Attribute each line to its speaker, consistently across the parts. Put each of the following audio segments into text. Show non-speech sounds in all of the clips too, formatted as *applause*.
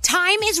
Speaker 1: Time is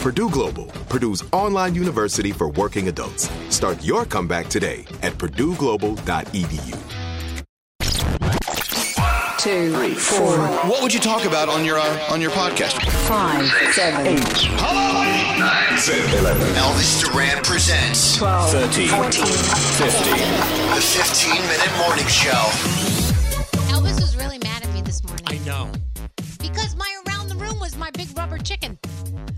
Speaker 2: Purdue Global, Purdue's online university for working adults. Start your comeback today at purdueglobal.edu.
Speaker 3: two, three, four,
Speaker 4: What would you talk about on your uh, on your podcast?
Speaker 3: five, seven, eight,
Speaker 4: Elvis Duran presents
Speaker 3: twelve,
Speaker 5: 13,
Speaker 3: fourteen,
Speaker 5: 15.
Speaker 4: the 15 minute morning show.
Speaker 1: Elvis was really mad at me this morning
Speaker 5: I know.
Speaker 1: because my around the room was my big rubber chicken.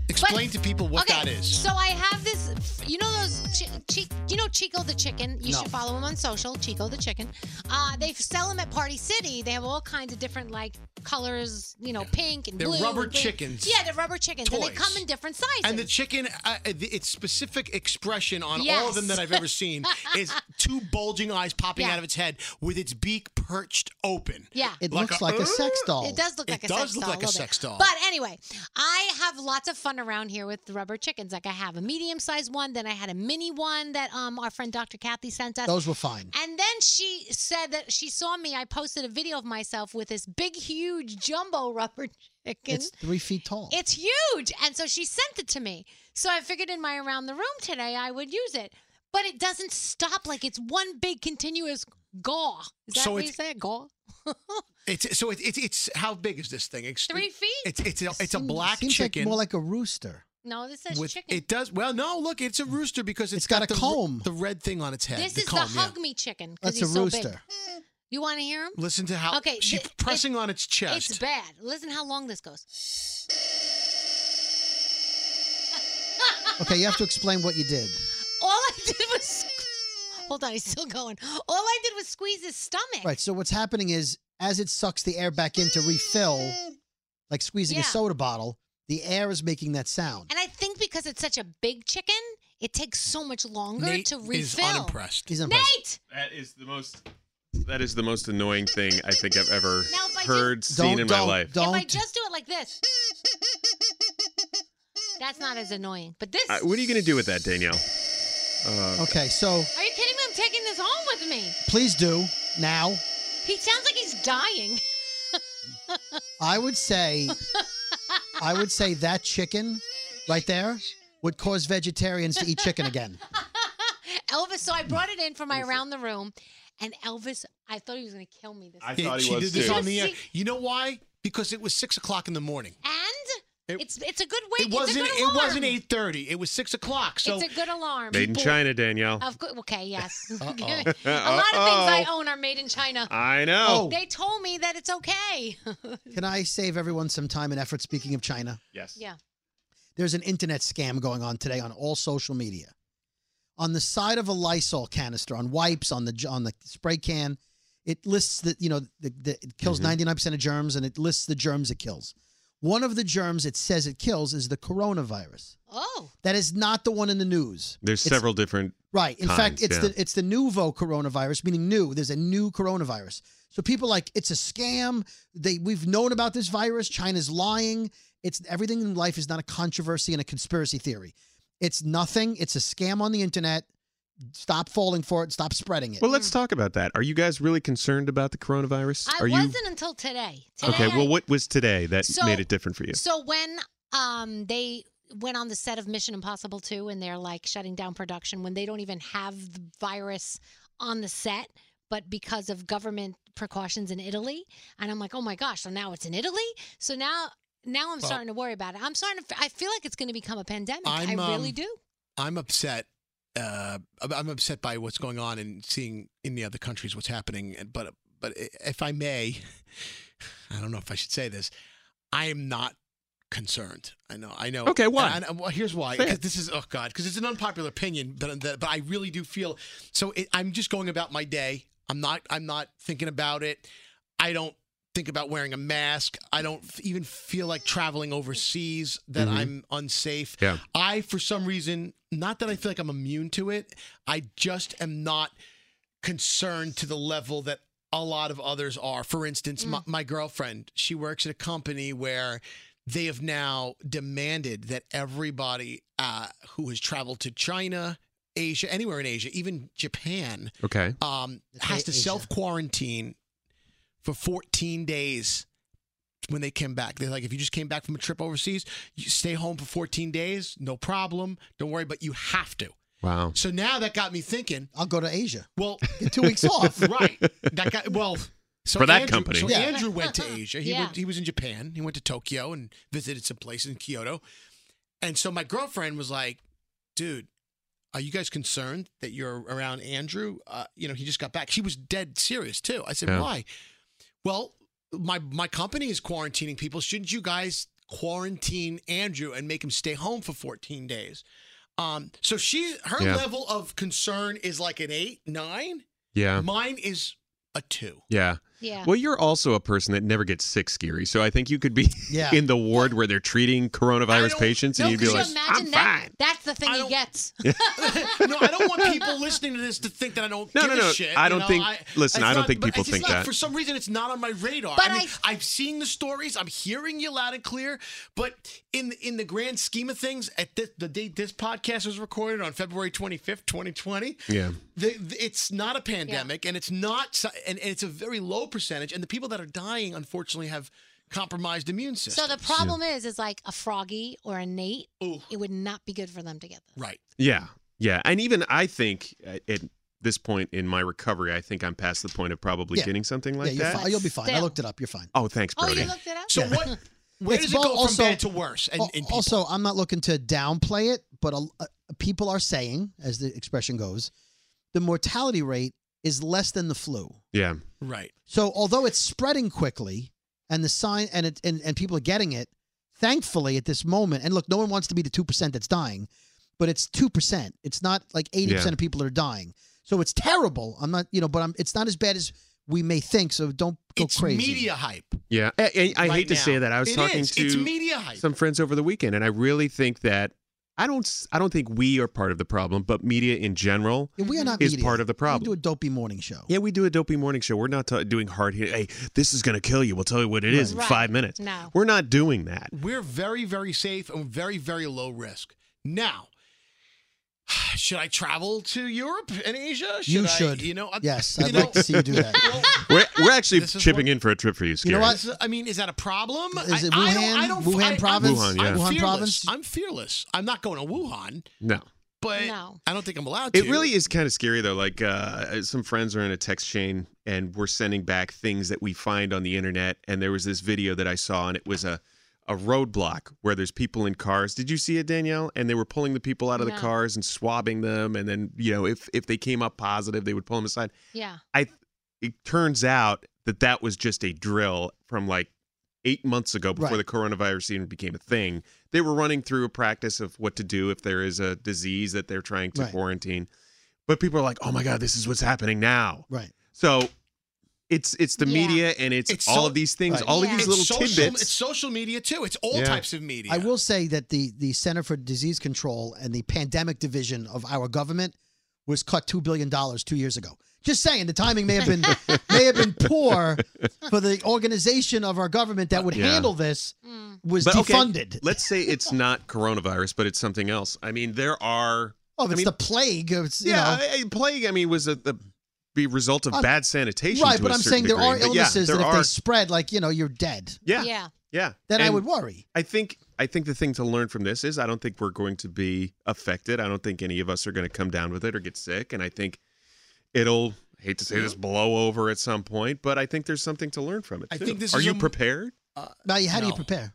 Speaker 6: Explain to people what
Speaker 1: okay,
Speaker 6: that is.
Speaker 1: So I have this. You know those. Chi- chi- you know Chico the chicken. You should follow him on social. Chico the chicken. Uh, they sell them at Party City. They have all kinds of different like colors. You know, pink and
Speaker 6: They're
Speaker 1: blue.
Speaker 6: rubber
Speaker 1: and green.
Speaker 6: chickens.
Speaker 1: Yeah, they're rubber chickens, and they
Speaker 6: Toys.
Speaker 1: come in different sizes.
Speaker 6: And the chicken, uh, uh, the- its specific expression on all of them
Speaker 1: Yes.
Speaker 6: that I've
Speaker 1: *laughs*
Speaker 6: ever seen is two bulging eyes popping
Speaker 1: Yeah.
Speaker 6: out of its head with its beak perched open.
Speaker 1: yeah.
Speaker 6: It
Speaker 7: It looks like a sex doll.
Speaker 1: It does look
Speaker 6: Oh, It
Speaker 1: like a
Speaker 6: does
Speaker 1: sex
Speaker 6: look
Speaker 1: doll.
Speaker 6: like a
Speaker 1: little
Speaker 6: sex
Speaker 1: bit.
Speaker 6: doll.
Speaker 1: But anyway, I have lots of fun around here with rubber chickens. Like I have a medium sized one, then I had a mini one that um our friend Dr. Kathy sent us.
Speaker 7: Those were fine.
Speaker 1: And then she said that she saw me. I posted a video of myself with this big, huge jumbo *laughs* rubber chicken.
Speaker 7: It's three feet tall.
Speaker 1: It's huge. And so she sent it to me. So I figured in my around the room today I would use it. But it doesn't stop like it's one big continuous gaw. Is that
Speaker 6: So
Speaker 1: what you
Speaker 6: it's-
Speaker 1: say? Gaw?
Speaker 6: It's so it, it, it's how big is this thing? It's
Speaker 1: Three feet?
Speaker 6: It's it's a, it's a
Speaker 7: Seems-
Speaker 6: black
Speaker 7: seems
Speaker 6: chicken.
Speaker 7: Like more like a rooster.
Speaker 1: No, this says
Speaker 6: with
Speaker 1: chicken.
Speaker 6: it does well. No, look, it's a rooster because
Speaker 7: It's got a
Speaker 6: the,
Speaker 7: comb.
Speaker 6: The red thing on its head.
Speaker 1: this
Speaker 6: the
Speaker 1: is
Speaker 6: comb,
Speaker 1: the
Speaker 6: yeah.
Speaker 1: hug me chicken. 'cause
Speaker 7: That's a
Speaker 1: he's so big.
Speaker 7: rooster.
Speaker 1: You want to hear him?
Speaker 6: Listen to how
Speaker 1: Okay,
Speaker 6: she's
Speaker 1: thi- it-
Speaker 6: pressing on its chest.
Speaker 1: It's bad. Listen how long this goes.
Speaker 7: Okay, you have to explain what you did.
Speaker 1: All I did was. Hold on, he's still going. All I did was squeeze his stomach.
Speaker 7: Right. So what's happening is as it sucks the air back in to
Speaker 1: Mm,
Speaker 7: refill, like squeezing
Speaker 1: Yeah.
Speaker 7: a soda bottle, the air is making that sound.
Speaker 1: And I think because it's such a big chicken, It takes so much longer
Speaker 5: Nate
Speaker 1: to refill.
Speaker 5: is unimpressed. He's
Speaker 8: unimpressed.
Speaker 1: Nate!
Speaker 8: That is the most. That is the most annoying thing I think I've ever
Speaker 1: Now, if I
Speaker 8: heard,
Speaker 1: just-
Speaker 8: seen in my
Speaker 7: don't,
Speaker 8: life.
Speaker 1: If I just do it like this, that's not as annoying. But this,
Speaker 8: Uh, what are you going to do with that, Danielle? Uh,
Speaker 7: Okay, so
Speaker 1: are you kidding me? I'm taking this home with me.
Speaker 7: please do now.
Speaker 1: He sounds like he's dying.
Speaker 7: I would say, I would say that chicken right there would cause vegetarians to eat chicken again.
Speaker 1: *laughs* Elvis, so I brought it in for my round the room, and Elvis, I thought he was going to kill me this
Speaker 8: I
Speaker 1: time.
Speaker 8: thought he
Speaker 6: she
Speaker 8: was
Speaker 6: did this
Speaker 8: too.
Speaker 6: on the air. You know why? Because it was six o'clock in the morning.
Speaker 1: And
Speaker 6: It-
Speaker 1: it's it's a good wake.
Speaker 6: it wasn't.
Speaker 1: It's a good
Speaker 6: It
Speaker 1: alarm.
Speaker 6: wasn't eight thirty. It was six o'clock. So
Speaker 1: it's a good alarm.
Speaker 8: Made in China, Danielle.
Speaker 1: Of course. Okay.
Speaker 6: *laughs*
Speaker 1: Yes. *laughs* a lot of
Speaker 8: Uh-oh.
Speaker 1: things I
Speaker 8: Uh-oh.
Speaker 1: own are made in China.
Speaker 8: I
Speaker 6: Oh.
Speaker 8: know.
Speaker 1: They told me that it's okay. *laughs*
Speaker 7: Can I save everyone some time and effort? Speaking of China,
Speaker 8: Yes.
Speaker 1: yeah.
Speaker 7: there's an internet scam going on today on all social media. On the side of a Lysol canister, on wipes, on the on the spray can, it lists that you know the, the, it kills
Speaker 9: Mhm.
Speaker 8: Mm-hmm.
Speaker 7: 99 percent of germs, and it lists the germs it kills. One of the germs it says it kills is the coronavirus.
Speaker 1: Oh,
Speaker 7: that is not the one in the news.
Speaker 8: There's
Speaker 7: It's-
Speaker 8: several different.
Speaker 7: Right. In fact,
Speaker 8: kinds,
Speaker 7: it's
Speaker 8: yeah.
Speaker 7: the it's the nouveau coronavirus, meaning new. There's a new coronavirus. So people like it's a scam. They we've known about this virus. China's lying. It's everything in life is not a controversy and a conspiracy theory. It's nothing. It's a scam on the internet. Stop falling for it. Stop spreading it.
Speaker 8: Well, let's talk about that. Are you guys really concerned about the coronavirus?
Speaker 1: I
Speaker 8: Are you?
Speaker 1: wasn't until today.
Speaker 8: Okay.
Speaker 1: Today I-
Speaker 8: Well, what was today that
Speaker 1: So-
Speaker 8: made it different for you?
Speaker 1: So when um they went on the set of Mission Impossible 2 and they're like shutting down production when they don't even have the virus on the set, but because of government precautions in Italy, and I'm like, "Oh my gosh, so now it's in Italy?" So now now I'm
Speaker 6: Well-
Speaker 1: starting to worry about it. I'm starting to f- I feel like it's going to become a pandemic. i
Speaker 6: I'm,
Speaker 1: really
Speaker 6: um,
Speaker 1: do.
Speaker 6: I'm upset. Uh, I'm- I'm upset by what's going on and seeing in the other countries what's happening. And- But but if I may, *sighs* I don't know if I should say this. I am not concerned. I know. I know.
Speaker 8: Okay, why?
Speaker 6: And I- well, here's why.
Speaker 8: Say it.
Speaker 6: 'Cause this is oh god. Because it's an unpopular opinion, but that- but I really do feel so. It, I'm just going about my day. I'm not. I'm not thinking about it. I don't think about wearing a mask. I don't f- even feel like traveling overseas. That
Speaker 8: Mhm.
Speaker 6: I'm unsafe.
Speaker 8: Yeah.
Speaker 6: I, for some reason, not that I feel like I'm immune to it, I just am not concerned to the level that a lot of others are. For instance, my, my girlfriend, she works at a company where they have now demanded that everybody uh, who has traveled to China, Asia, anywhere in Asia, even Japan,
Speaker 8: Okay.
Speaker 6: um, has to self quarantine for 14 days when they came back. They're like, if you just came back from a trip overseas, you stay home for 14 days, no problem. Don't worry, but you have to.
Speaker 8: Wow.
Speaker 6: So now that got me thinking.
Speaker 7: I'll go to Asia.
Speaker 6: Well,
Speaker 7: Get two
Speaker 1: *laughs*
Speaker 7: weeks off. *laughs*
Speaker 6: right? That got well. So
Speaker 8: For that
Speaker 6: Andrew,
Speaker 8: company.
Speaker 6: so
Speaker 8: Yeah.
Speaker 6: Andrew went to Asia. He
Speaker 8: Yeah.
Speaker 6: went, he was in Japan. He went to Tokyo and visited some places in Kyoto. And so my girlfriend was like, "Dude, are you guys concerned that you're around Andrew? Uh, you know, he just got back. She was dead serious too. I said,
Speaker 8: Yeah.
Speaker 6: why? Well, my my company is quarantining people. Shouldn't you guys quarantine Andrew and make him stay home for 14 days? Um, so she her
Speaker 8: Yeah.
Speaker 6: level of concern is like an eight, nine.
Speaker 8: Yeah.
Speaker 6: Mine is a two.
Speaker 8: Yeah.
Speaker 6: Yeah.
Speaker 8: Well, you're also a person that never gets sick, Scary. So I think you could be *laughs*
Speaker 6: Yeah.
Speaker 8: in the ward where they're treating coronavirus patients, and
Speaker 1: No,
Speaker 8: you'd be
Speaker 1: could you
Speaker 8: like,
Speaker 1: imagine
Speaker 8: "I'm
Speaker 1: that?
Speaker 8: fine."
Speaker 1: That's the thing he gets.
Speaker 6: no, I don't want people listening to this to think that I don't
Speaker 8: No,
Speaker 6: give
Speaker 8: no,
Speaker 6: a
Speaker 8: no.
Speaker 6: shit.
Speaker 8: I
Speaker 6: you
Speaker 8: don't
Speaker 6: know?
Speaker 8: think- listen,
Speaker 6: it's
Speaker 8: I don't
Speaker 6: not-
Speaker 8: think
Speaker 6: but
Speaker 8: people
Speaker 6: it's just
Speaker 8: think
Speaker 6: not-
Speaker 8: that.
Speaker 6: For some reason, it's not on my radar.
Speaker 1: But
Speaker 6: I mean,
Speaker 1: I-
Speaker 6: I, have seen the stories. I'm hearing you loud and clear. But in the, in the grand scheme of things, at this, the date this podcast was recorded on February 25th, 2020,
Speaker 8: Yeah.
Speaker 6: the, the- it's not a pandemic, and it's not, so- and, and it's a very low percentage. And the people that are dying, unfortunately, have compromised immune
Speaker 1: *laughs*
Speaker 6: systems.
Speaker 1: So the problem is, is like a froggy or a Nate. It would not be good for them to get this.
Speaker 7: *laughs*
Speaker 6: Right.
Speaker 8: Yeah. Yeah. And even I think at, at this point in my recovery, I think I'm past the point of probably
Speaker 7: Yeah.
Speaker 8: getting something like
Speaker 7: yeah, you're
Speaker 8: that.
Speaker 7: fi- you'll be fine. I looked it up. You're fine.
Speaker 8: Oh, thanks, Brody.
Speaker 1: it up?
Speaker 6: So
Speaker 7: Yeah.
Speaker 6: what? Where
Speaker 7: It's
Speaker 6: does it go
Speaker 7: both-
Speaker 6: from
Speaker 7: also-
Speaker 6: bad to worse? And,
Speaker 7: Al-
Speaker 6: and
Speaker 7: also, I'm not looking to downplay it, but a, a- people are saying, as the expression goes, the mortality rate is less than the flu.
Speaker 8: yeah.
Speaker 6: right.
Speaker 7: So although it's spreading quickly and the sign and it and, and people are getting it, thankfully at this moment, and look, no one wants to be the two percent that's dying, but it's two percent. It's not like eighty
Speaker 8: Yeah.
Speaker 7: percent of people are dying. So it's terrible. I'm not you know, but I'm it's not as bad as we may think, so don't go
Speaker 6: It's
Speaker 7: crazy.
Speaker 6: media hype.
Speaker 8: Yeah, I, I- I
Speaker 6: Right
Speaker 8: hate to
Speaker 6: now.
Speaker 8: say that. I was
Speaker 6: It
Speaker 8: talking
Speaker 6: is.
Speaker 8: to
Speaker 6: It's media hype.
Speaker 8: some friends over the weekend, and I really think that I don't. s- I don't think we are part of the problem, but media in general
Speaker 7: Yeah, we are not
Speaker 8: is
Speaker 7: media.
Speaker 8: part of the
Speaker 7: We
Speaker 8: problem.
Speaker 7: do a dopey morning show.
Speaker 8: yeah, we do a dopey morning show. We're not t- doing hard hit. Hey, this is gonna kill you. We'll tell you what it is in
Speaker 6: Right.
Speaker 8: five minutes.
Speaker 6: No.
Speaker 8: we're not doing that.
Speaker 6: We're very, very safe and very, very low risk. Now, should I travel to Europe and Asia? Should
Speaker 7: You
Speaker 6: I,
Speaker 7: should.
Speaker 6: you know, I-
Speaker 7: Yes,
Speaker 6: *laughs* you
Speaker 7: I'd
Speaker 6: know-
Speaker 7: like to see you do that.
Speaker 8: We're, we're actually
Speaker 6: This is
Speaker 8: chipping in for a trip for you, Scary.
Speaker 6: This is- I mean, is that a problem?
Speaker 7: Is it
Speaker 6: I- I
Speaker 7: Wuhan?
Speaker 6: don't, I don't,
Speaker 7: Wuhan
Speaker 6: I, I'm-
Speaker 7: province?
Speaker 8: Wuhan,
Speaker 6: I'm,
Speaker 8: yeah. Wuhan
Speaker 6: fearless.
Speaker 8: province?
Speaker 6: I'm fearless. I'm not going to Wuhan,
Speaker 8: No.
Speaker 6: but I don't think I'm allowed to.
Speaker 8: It really is kind of scary though. Like uh, some friends are in a text chain and we're sending back things that we find on the internet. And there was this video that I saw, and it was a a roadblock where there's people in cars. Did you see it, Danielle? And they were pulling the people out of
Speaker 1: No.
Speaker 8: the cars and swabbing them. And then you know, if if they came up positive, they would pull them aside.
Speaker 1: Yeah.
Speaker 8: I it turns out that that was just a drill from like eight months ago before
Speaker 7: Right.
Speaker 8: the coronavirus even became a thing. They were running through a practice of what to do if there is a disease that they're trying to
Speaker 7: Right.
Speaker 8: quarantine. But people are like, "Oh my god, this is what's happening now."
Speaker 7: Right.
Speaker 8: So it's it's the media and it's,
Speaker 6: It's
Speaker 8: all
Speaker 6: so-
Speaker 8: of these things,
Speaker 7: Right.
Speaker 8: all of
Speaker 7: Yeah.
Speaker 8: these
Speaker 6: It's
Speaker 8: little
Speaker 6: social,
Speaker 8: tidbits.
Speaker 6: It's social media too. It's all
Speaker 8: Yeah.
Speaker 6: types of media.
Speaker 7: I will say that the the Center for Disease Control and the pandemic division of our government was cut two billion dollars two years ago. Just saying, the timing may have
Speaker 8: *laughs*
Speaker 7: been may have been poor for the organization of our government that would
Speaker 8: Yeah.
Speaker 7: handle this was
Speaker 8: But okay,
Speaker 7: defunded.
Speaker 8: let's say it's not coronavirus, but it's something else. I mean, there are
Speaker 7: Oh, if
Speaker 8: I
Speaker 7: it's
Speaker 8: mean,
Speaker 7: the plague. It's, you
Speaker 8: yeah,
Speaker 7: know,
Speaker 8: I- I- plague. I mean, was a, the be result of
Speaker 7: I'm-
Speaker 8: bad sanitation.
Speaker 7: right.
Speaker 8: to
Speaker 7: But
Speaker 8: a
Speaker 7: I'm
Speaker 8: certain
Speaker 7: saying there are
Speaker 8: degree. But yeah,
Speaker 7: illnesses
Speaker 8: there
Speaker 7: that if
Speaker 8: are-
Speaker 7: they spread, like you know, you're dead.
Speaker 8: Yeah.
Speaker 1: Yeah.
Speaker 8: Yeah.
Speaker 7: Then I
Speaker 8: And
Speaker 7: would worry.
Speaker 8: I think I think the thing to learn from this is I don't think we're going to be affected. I don't think any of us are going to come down with it or get sick. And I think it'll I hate to say this blow over at some point, but I think there's something to learn from it.
Speaker 6: I
Speaker 8: too.
Speaker 6: think this
Speaker 8: are
Speaker 6: is
Speaker 8: you
Speaker 6: a-
Speaker 8: prepared?
Speaker 7: Uh, Now, you- how do you
Speaker 6: No.
Speaker 7: prepare?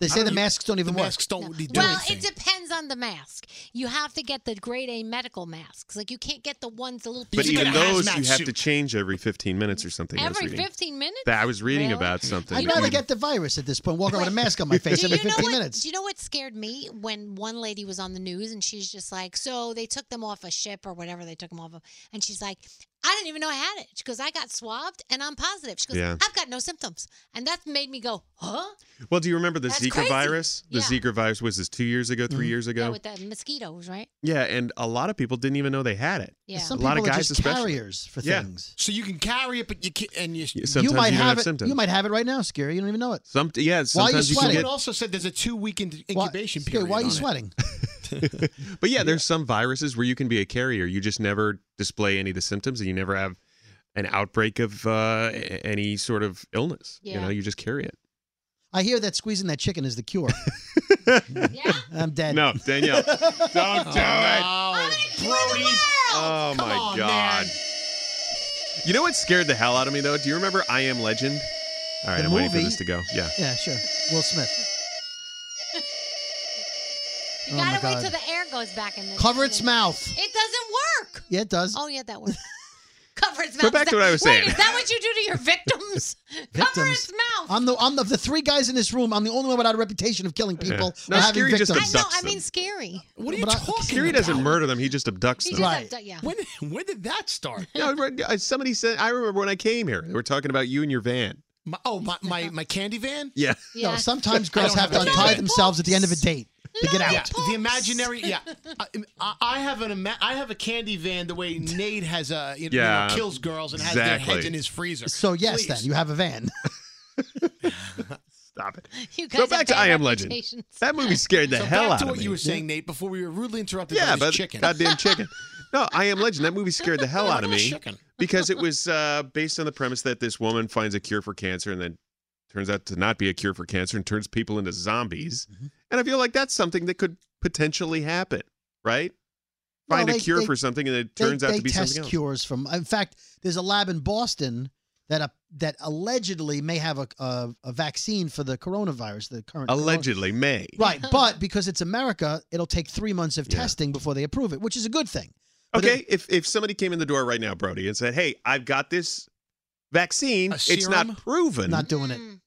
Speaker 7: They
Speaker 6: How
Speaker 7: say
Speaker 6: do
Speaker 7: the
Speaker 6: you-
Speaker 7: masks don't even
Speaker 6: the
Speaker 7: work.
Speaker 6: masks don't do
Speaker 1: Well,
Speaker 6: anything.
Speaker 1: it depends on the mask. You have to get the grade A medical masks. Like you can't get the ones the little.
Speaker 8: But
Speaker 6: You
Speaker 1: pink
Speaker 6: get
Speaker 8: even
Speaker 6: a
Speaker 8: those
Speaker 6: hazmat
Speaker 8: you have
Speaker 6: suit.
Speaker 8: to change every 15 minutes or something. I was
Speaker 1: every
Speaker 8: reading.
Speaker 1: 15 minutes.
Speaker 8: That I was reading
Speaker 1: Really?
Speaker 8: about something.
Speaker 7: I'd
Speaker 8: that
Speaker 7: rather
Speaker 8: you-
Speaker 7: get the virus at this point. Walk around with a mask on my face
Speaker 1: Do
Speaker 7: every
Speaker 1: you know
Speaker 7: 15
Speaker 1: what-
Speaker 7: minutes.
Speaker 1: Do you know what scared me when one lady was on the news and she's just like, "So they took them off a ship or whatever they took them off of," and she's like, "I didn't even know I had it." She goes, "I got swabbed and I'm positive." She goes,
Speaker 8: Yeah.
Speaker 1: "I've got no symptoms," and that made me go, "Huh?"
Speaker 8: Well, do you remember the
Speaker 1: That's
Speaker 8: Zika
Speaker 1: crazy.
Speaker 8: virus? The
Speaker 1: Yeah.
Speaker 8: Zika virus was this two years ago, 3
Speaker 6: Mm-hmm.
Speaker 8: years ago.
Speaker 1: Yeah, with the mosquitoes, right?
Speaker 8: yeah, and a lot of people didn't even know they had it.
Speaker 1: Yeah.
Speaker 7: Some
Speaker 8: a lot
Speaker 7: people
Speaker 8: of
Speaker 7: are
Speaker 8: guys,
Speaker 7: just
Speaker 8: especially.
Speaker 7: carriers for
Speaker 8: Yeah.
Speaker 7: things.
Speaker 6: So you can carry it, but you can't. And you.
Speaker 8: Yeah, Sometimes
Speaker 7: you might
Speaker 8: don't
Speaker 7: have,
Speaker 8: have,
Speaker 7: it.
Speaker 8: symptoms.
Speaker 7: You might have it right now, scary. You don't even know it.
Speaker 8: Some yeah,
Speaker 7: Why are you
Speaker 8: sometimes you, can
Speaker 7: sweating?
Speaker 6: Someone
Speaker 8: get.
Speaker 6: also said there's a two week in-
Speaker 7: Why-
Speaker 6: incubation
Speaker 7: Scary,
Speaker 6: period.
Speaker 7: Why are you
Speaker 6: on it.
Speaker 7: sweating? *laughs*
Speaker 8: But yeah, there's some viruses where you can be a carrier. You just never display any of the symptoms, and you never have an outbreak of uh, a- any sort of illness. You
Speaker 1: Yeah.
Speaker 8: know, you just carry
Speaker 6: *laughs*
Speaker 8: it.
Speaker 7: I hear that squeezing that chicken is the cure.
Speaker 1: Yeah.
Speaker 7: I'm dead.
Speaker 8: No, Danielle, don't do it.
Speaker 6: Oh, Brody.
Speaker 8: Oh my
Speaker 6: on,
Speaker 8: god.
Speaker 6: man.
Speaker 8: You know what scared the hell out of me though? Do you remember I Am Legend? All right,
Speaker 7: The
Speaker 8: I'm waiting for
Speaker 7: movie?
Speaker 8: this to go. Yeah.
Speaker 7: Yeah, sure. Will Smith.
Speaker 1: You
Speaker 7: Oh, my
Speaker 1: gotta wait
Speaker 7: God.
Speaker 1: till the air goes back in. The
Speaker 7: Cover its mouth.
Speaker 1: It doesn't work.
Speaker 7: Yeah, it does.
Speaker 1: Oh yeah, that
Speaker 8: *laughs*
Speaker 1: works. Cover its mouth.
Speaker 8: Go back
Speaker 1: Is
Speaker 8: to
Speaker 1: that-
Speaker 8: what I was
Speaker 1: wait,
Speaker 8: saying.
Speaker 1: Is that what you do to your
Speaker 8: *laughs*
Speaker 1: victims? Cover
Speaker 7: Victims.
Speaker 1: its mouth.
Speaker 7: I'm the I'm the, of the three guys in this room. I'm the only one without a reputation of killing people.
Speaker 8: No,
Speaker 7: or having
Speaker 8: Scary
Speaker 7: victims.
Speaker 8: just
Speaker 1: I know.
Speaker 8: abducts
Speaker 1: I mean,
Speaker 8: them.
Speaker 1: scary.
Speaker 6: What are you
Speaker 7: But I-
Speaker 6: talking
Speaker 8: Scary
Speaker 6: about?
Speaker 8: doesn't murder them, he just abducts
Speaker 1: He
Speaker 8: them.
Speaker 1: just
Speaker 7: Right.
Speaker 1: abduct- yeah.
Speaker 6: When when did that *laughs* start?
Speaker 8: No, right, somebody said I remember when I came here, they were talking about you and your van.
Speaker 6: My, oh my, my my candy van.
Speaker 8: Yeah.
Speaker 7: No,
Speaker 1: Yeah.
Speaker 7: sometimes
Speaker 6: I
Speaker 7: girls
Speaker 6: don't
Speaker 7: have to
Speaker 6: have a
Speaker 7: untie
Speaker 6: choice.
Speaker 7: themselves at the end of a date to get out.
Speaker 6: Yeah, the imaginary. Yeah, I, I- I have an ima- I have a candy van the way Nate has a you know,
Speaker 8: Yeah,
Speaker 6: kills girls and has their heads
Speaker 8: exactly.
Speaker 6: in his freezer.
Speaker 7: So yes,
Speaker 6: Please.
Speaker 7: then you have a van.
Speaker 8: Stop it.
Speaker 1: You guys
Speaker 8: Go
Speaker 1: have
Speaker 8: back to
Speaker 1: bad
Speaker 8: I Am Legend.
Speaker 1: reputations.
Speaker 8: That
Speaker 1: *laughs*
Speaker 8: movie scared the
Speaker 6: So
Speaker 8: hell
Speaker 6: back
Speaker 8: out
Speaker 6: to
Speaker 8: of
Speaker 6: what
Speaker 8: me.
Speaker 6: you were saying, Nate, before we were rudely interrupted
Speaker 8: yeah,
Speaker 6: by this
Speaker 8: but
Speaker 6: chicken.
Speaker 8: goddamn chicken. No, I Am Legend. That movie scared the hell out of me
Speaker 6: Chicken.
Speaker 8: because it was uh, based on the premise that this woman finds a cure for cancer and then turns out to not be a cure for cancer and turns people into zombies. And I feel like that's something that could potentially happen, right? *laughs*
Speaker 7: Well,
Speaker 8: Find
Speaker 7: they-
Speaker 8: a cure
Speaker 7: they-
Speaker 8: for something and it
Speaker 7: They-
Speaker 8: turns out
Speaker 7: they
Speaker 8: to be
Speaker 7: test
Speaker 8: something else.
Speaker 7: cures from. In fact, there's a lab in Boston that a, that allegedly may have a, a a vaccine for the coronavirus. The current corona-
Speaker 8: Allegedly, may.
Speaker 7: right?
Speaker 1: *laughs*
Speaker 7: But because it's America, it'll take three months of
Speaker 8: Yeah.
Speaker 7: testing before they approve it, which is a good thing. But
Speaker 8: Okay, if if somebody came in the door right now, Brody, and said, "Hey, I've got this vaccine.
Speaker 6: A
Speaker 8: It's
Speaker 6: serum?
Speaker 8: not proven,
Speaker 7: Not doing it.
Speaker 1: Mm,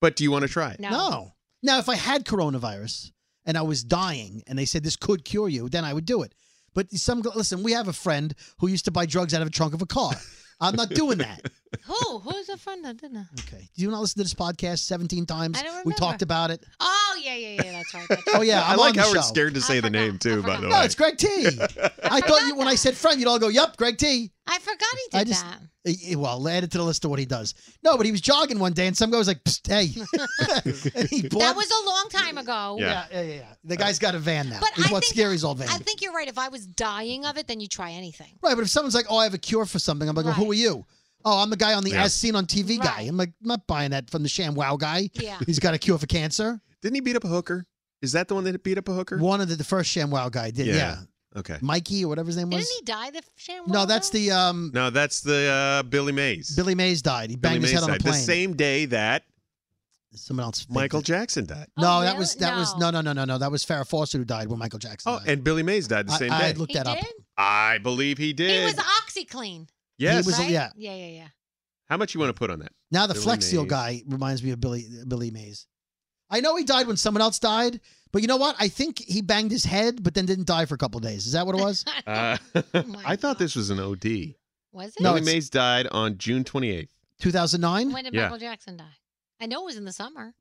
Speaker 8: but do you want to try it?"
Speaker 1: No.
Speaker 7: No. Now, if I had coronavirus and I was dying and they said this could cure you, then I would do it. But some listen, we have a friend who used to buy drugs out of a trunk of a car. I'm
Speaker 8: *laughs*
Speaker 7: not doing that.
Speaker 1: Who? Who's a friend that didn't?
Speaker 7: Okay. Do you not listen to this podcast 17 times?
Speaker 1: I don't
Speaker 7: We talked
Speaker 1: remember.
Speaker 7: about it.
Speaker 1: Oh, Oh yeah, yeah, yeah. That's right. That's right.
Speaker 7: Oh yeah,
Speaker 8: *laughs* I
Speaker 7: I'm
Speaker 8: like
Speaker 7: on the
Speaker 8: how we're
Speaker 7: show.
Speaker 8: scared to say the name too. By the
Speaker 7: No,
Speaker 8: way,
Speaker 7: it's Greg T.
Speaker 8: *laughs*
Speaker 7: I thought you, when I said friend, you'd all go, "Yep, Greg T."
Speaker 1: I forgot he did
Speaker 7: I just-
Speaker 1: that.
Speaker 7: Eh, eh, Well, add it to the list of what he does. No, but he was jogging one day, and some guy was like, Psst, "Hey," *laughs* and he bought.
Speaker 1: That was a long time ago.
Speaker 7: yeah, yeah, yeah, yeah. The guy's got a van now.
Speaker 1: But
Speaker 7: he
Speaker 1: I
Speaker 7: bought
Speaker 1: think-
Speaker 7: Scary's old van.
Speaker 1: I think you're right. If I was dying of it, then you try anything.
Speaker 7: right, but if someone's like, "Oh, I have a cure for something," I'm like, well, "Who are you?" Oh, I'm the guy on the
Speaker 8: Yeah.
Speaker 7: as seen on TV guy. I'm like, I'm not buying that from the sham wow guy.
Speaker 1: Yeah.
Speaker 7: He's got a cure for cancer.
Speaker 8: didn't he beat up a hooker? Is that the one that beat up a hooker?
Speaker 7: One of the, the first sham wow guy did. Yeah.
Speaker 8: Okay.
Speaker 7: Mikey or whatever his name was.
Speaker 1: Didn't he die the sham?
Speaker 7: no, that's the um,
Speaker 8: No, that's the uh, Billy Mays.
Speaker 7: Billy Mays died. He
Speaker 8: Billy
Speaker 7: banged his head on a
Speaker 8: died.
Speaker 7: plane.
Speaker 8: The same day that
Speaker 7: Someone else. faked
Speaker 8: Michael
Speaker 7: it.
Speaker 8: Jackson died.
Speaker 7: No,
Speaker 1: Oh,
Speaker 7: that
Speaker 1: really?
Speaker 7: was that was
Speaker 1: No.
Speaker 7: no no no no no. That was Farrah Fawcett who died when Michael Jackson
Speaker 8: Oh,
Speaker 7: died.
Speaker 8: and Billy Mays died the same
Speaker 7: I, I
Speaker 8: day.
Speaker 7: had looked
Speaker 1: He
Speaker 7: that up.
Speaker 1: did.
Speaker 8: I believe he did.
Speaker 1: He was OxyClean.
Speaker 8: yes.
Speaker 7: He was-
Speaker 1: right?
Speaker 7: yeah.
Speaker 1: Yeah. Yeah. Yeah.
Speaker 8: How much you want to put
Speaker 1: *laughs*
Speaker 8: on that?
Speaker 7: Now the
Speaker 8: Billy
Speaker 7: Flex Seal
Speaker 8: Mays.
Speaker 7: guy reminds me of Billy Billy Mays. I know he died when someone else died, but you know what? I think he banged his head, but then didn't die for a couple days. Is that what it was?
Speaker 8: Uh,
Speaker 1: Oh my
Speaker 8: *laughs* I thought
Speaker 1: God.
Speaker 8: this was an OD.
Speaker 1: Was it?
Speaker 7: No,
Speaker 8: Billy
Speaker 7: it's-
Speaker 8: Mays died on June 28th.
Speaker 7: Two thousand nine.
Speaker 1: When did
Speaker 8: Yeah.
Speaker 1: Michael Jackson die? I know it was in the summer.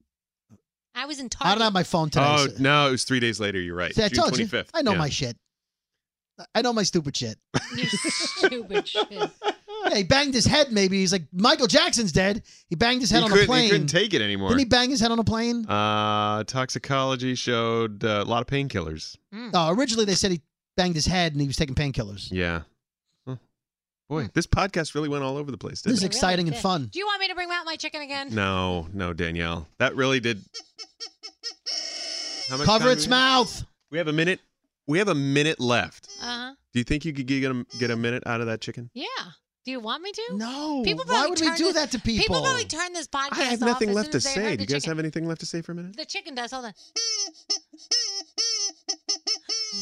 Speaker 1: I was in Target.
Speaker 7: I don't have my phone today.
Speaker 8: Oh
Speaker 7: so-
Speaker 8: no, it was three days later. You're right.
Speaker 7: See, I
Speaker 8: June
Speaker 7: told you.
Speaker 8: 25th.
Speaker 7: I know
Speaker 8: Yeah.
Speaker 7: my shit. I know my stupid shit. *laughs*
Speaker 1: You stupid shit.
Speaker 7: Yeah, he banged his head. Maybe he's like Michael Jackson's dead. He banged his head
Speaker 8: He
Speaker 7: on
Speaker 8: couldn't,
Speaker 7: a plane.
Speaker 8: He couldn't take it anymore.
Speaker 7: Didn't he bang his head on a plane?
Speaker 8: uh, toxicology showed uh, a lot of painkillers.
Speaker 1: Mm.
Speaker 7: Oh, originally they said he banged his head and he was taking painkillers.
Speaker 8: Yeah. Huh. Boy, this podcast really went all over the place.
Speaker 7: This
Speaker 8: Didn't
Speaker 7: is
Speaker 8: it?
Speaker 7: exciting and
Speaker 1: Hmm. did.
Speaker 7: fun.
Speaker 1: Do you want me to bring out my chicken again?
Speaker 8: *laughs* No, no, Danielle. That really did. How much
Speaker 7: Cover
Speaker 8: time do
Speaker 7: its
Speaker 8: we have?
Speaker 7: mouth.
Speaker 8: We have a minute. We have a minute left.
Speaker 1: Uh huh.
Speaker 8: Do you think you could get a, get a minute out of that chicken?
Speaker 1: Yeah. Do you want me to?
Speaker 7: No.
Speaker 1: People
Speaker 7: Why
Speaker 1: probably
Speaker 7: would we
Speaker 1: turn
Speaker 7: do
Speaker 1: this-
Speaker 7: that to people?
Speaker 1: People probably turn this podcast
Speaker 8: I have
Speaker 1: off
Speaker 8: nothing
Speaker 1: as
Speaker 8: left
Speaker 1: soon
Speaker 8: to
Speaker 1: as they
Speaker 8: say.
Speaker 1: heard
Speaker 8: Do
Speaker 1: the
Speaker 8: you guys
Speaker 1: chicken.
Speaker 8: have anything left to say for a minute?
Speaker 1: The chicken does. Hold on.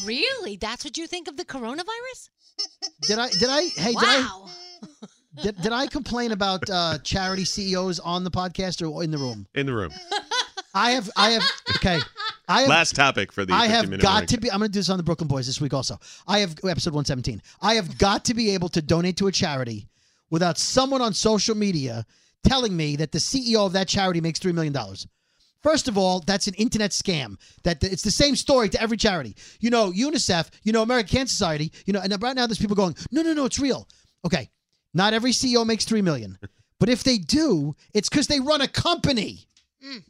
Speaker 1: Really? That's what you think of the coronavirus?
Speaker 7: Did I? Did I? Hey,
Speaker 1: wow.
Speaker 7: did I? Did, did I complain about uh, charity CEOs on the podcast or in the room?
Speaker 8: In the room.
Speaker 7: I have. I have. Okay. I have.
Speaker 8: Last topic for the.
Speaker 7: I
Speaker 8: 50
Speaker 7: have
Speaker 8: minute
Speaker 7: got
Speaker 8: warning.
Speaker 7: to be. I'm going to do this on the Brooklyn Boys this week also. I have episode 117. I have got to be able to donate to a charity without someone on social media telling me that the CEO of that charity makes three million dollars. First of all, that's an internet scam. That it's the same story to every charity. You know, UNICEF. You know, American Cancer Society. You know, and right now there's people going, no, no, no, it's real. Okay, not every CEO makes
Speaker 8: *laughs*
Speaker 7: three million, but if they do, it's because they run a company,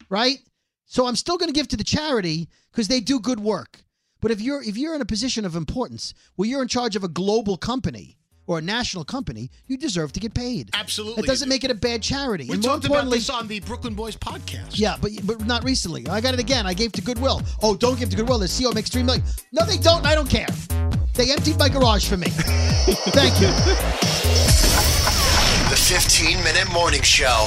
Speaker 7: right? So I'm still going to give to the charity because they do good work. But if you're if you're in a position of importance, where you're in charge of a global company or a national company, you deserve to get paid.
Speaker 6: Absolutely.
Speaker 7: It doesn't make it a bad charity.
Speaker 6: We
Speaker 7: and more
Speaker 6: talked about
Speaker 7: importantly,
Speaker 6: this on the Brooklyn Boys podcast.
Speaker 7: yeah, but but not recently. I got it again. I gave to Goodwill. Oh, don't give to Goodwill. The CEO makes three million. No, they don't. and I don't care. They emptied my garage for me. *laughs* Thank you.
Speaker 4: The 15 Minute Morning Show.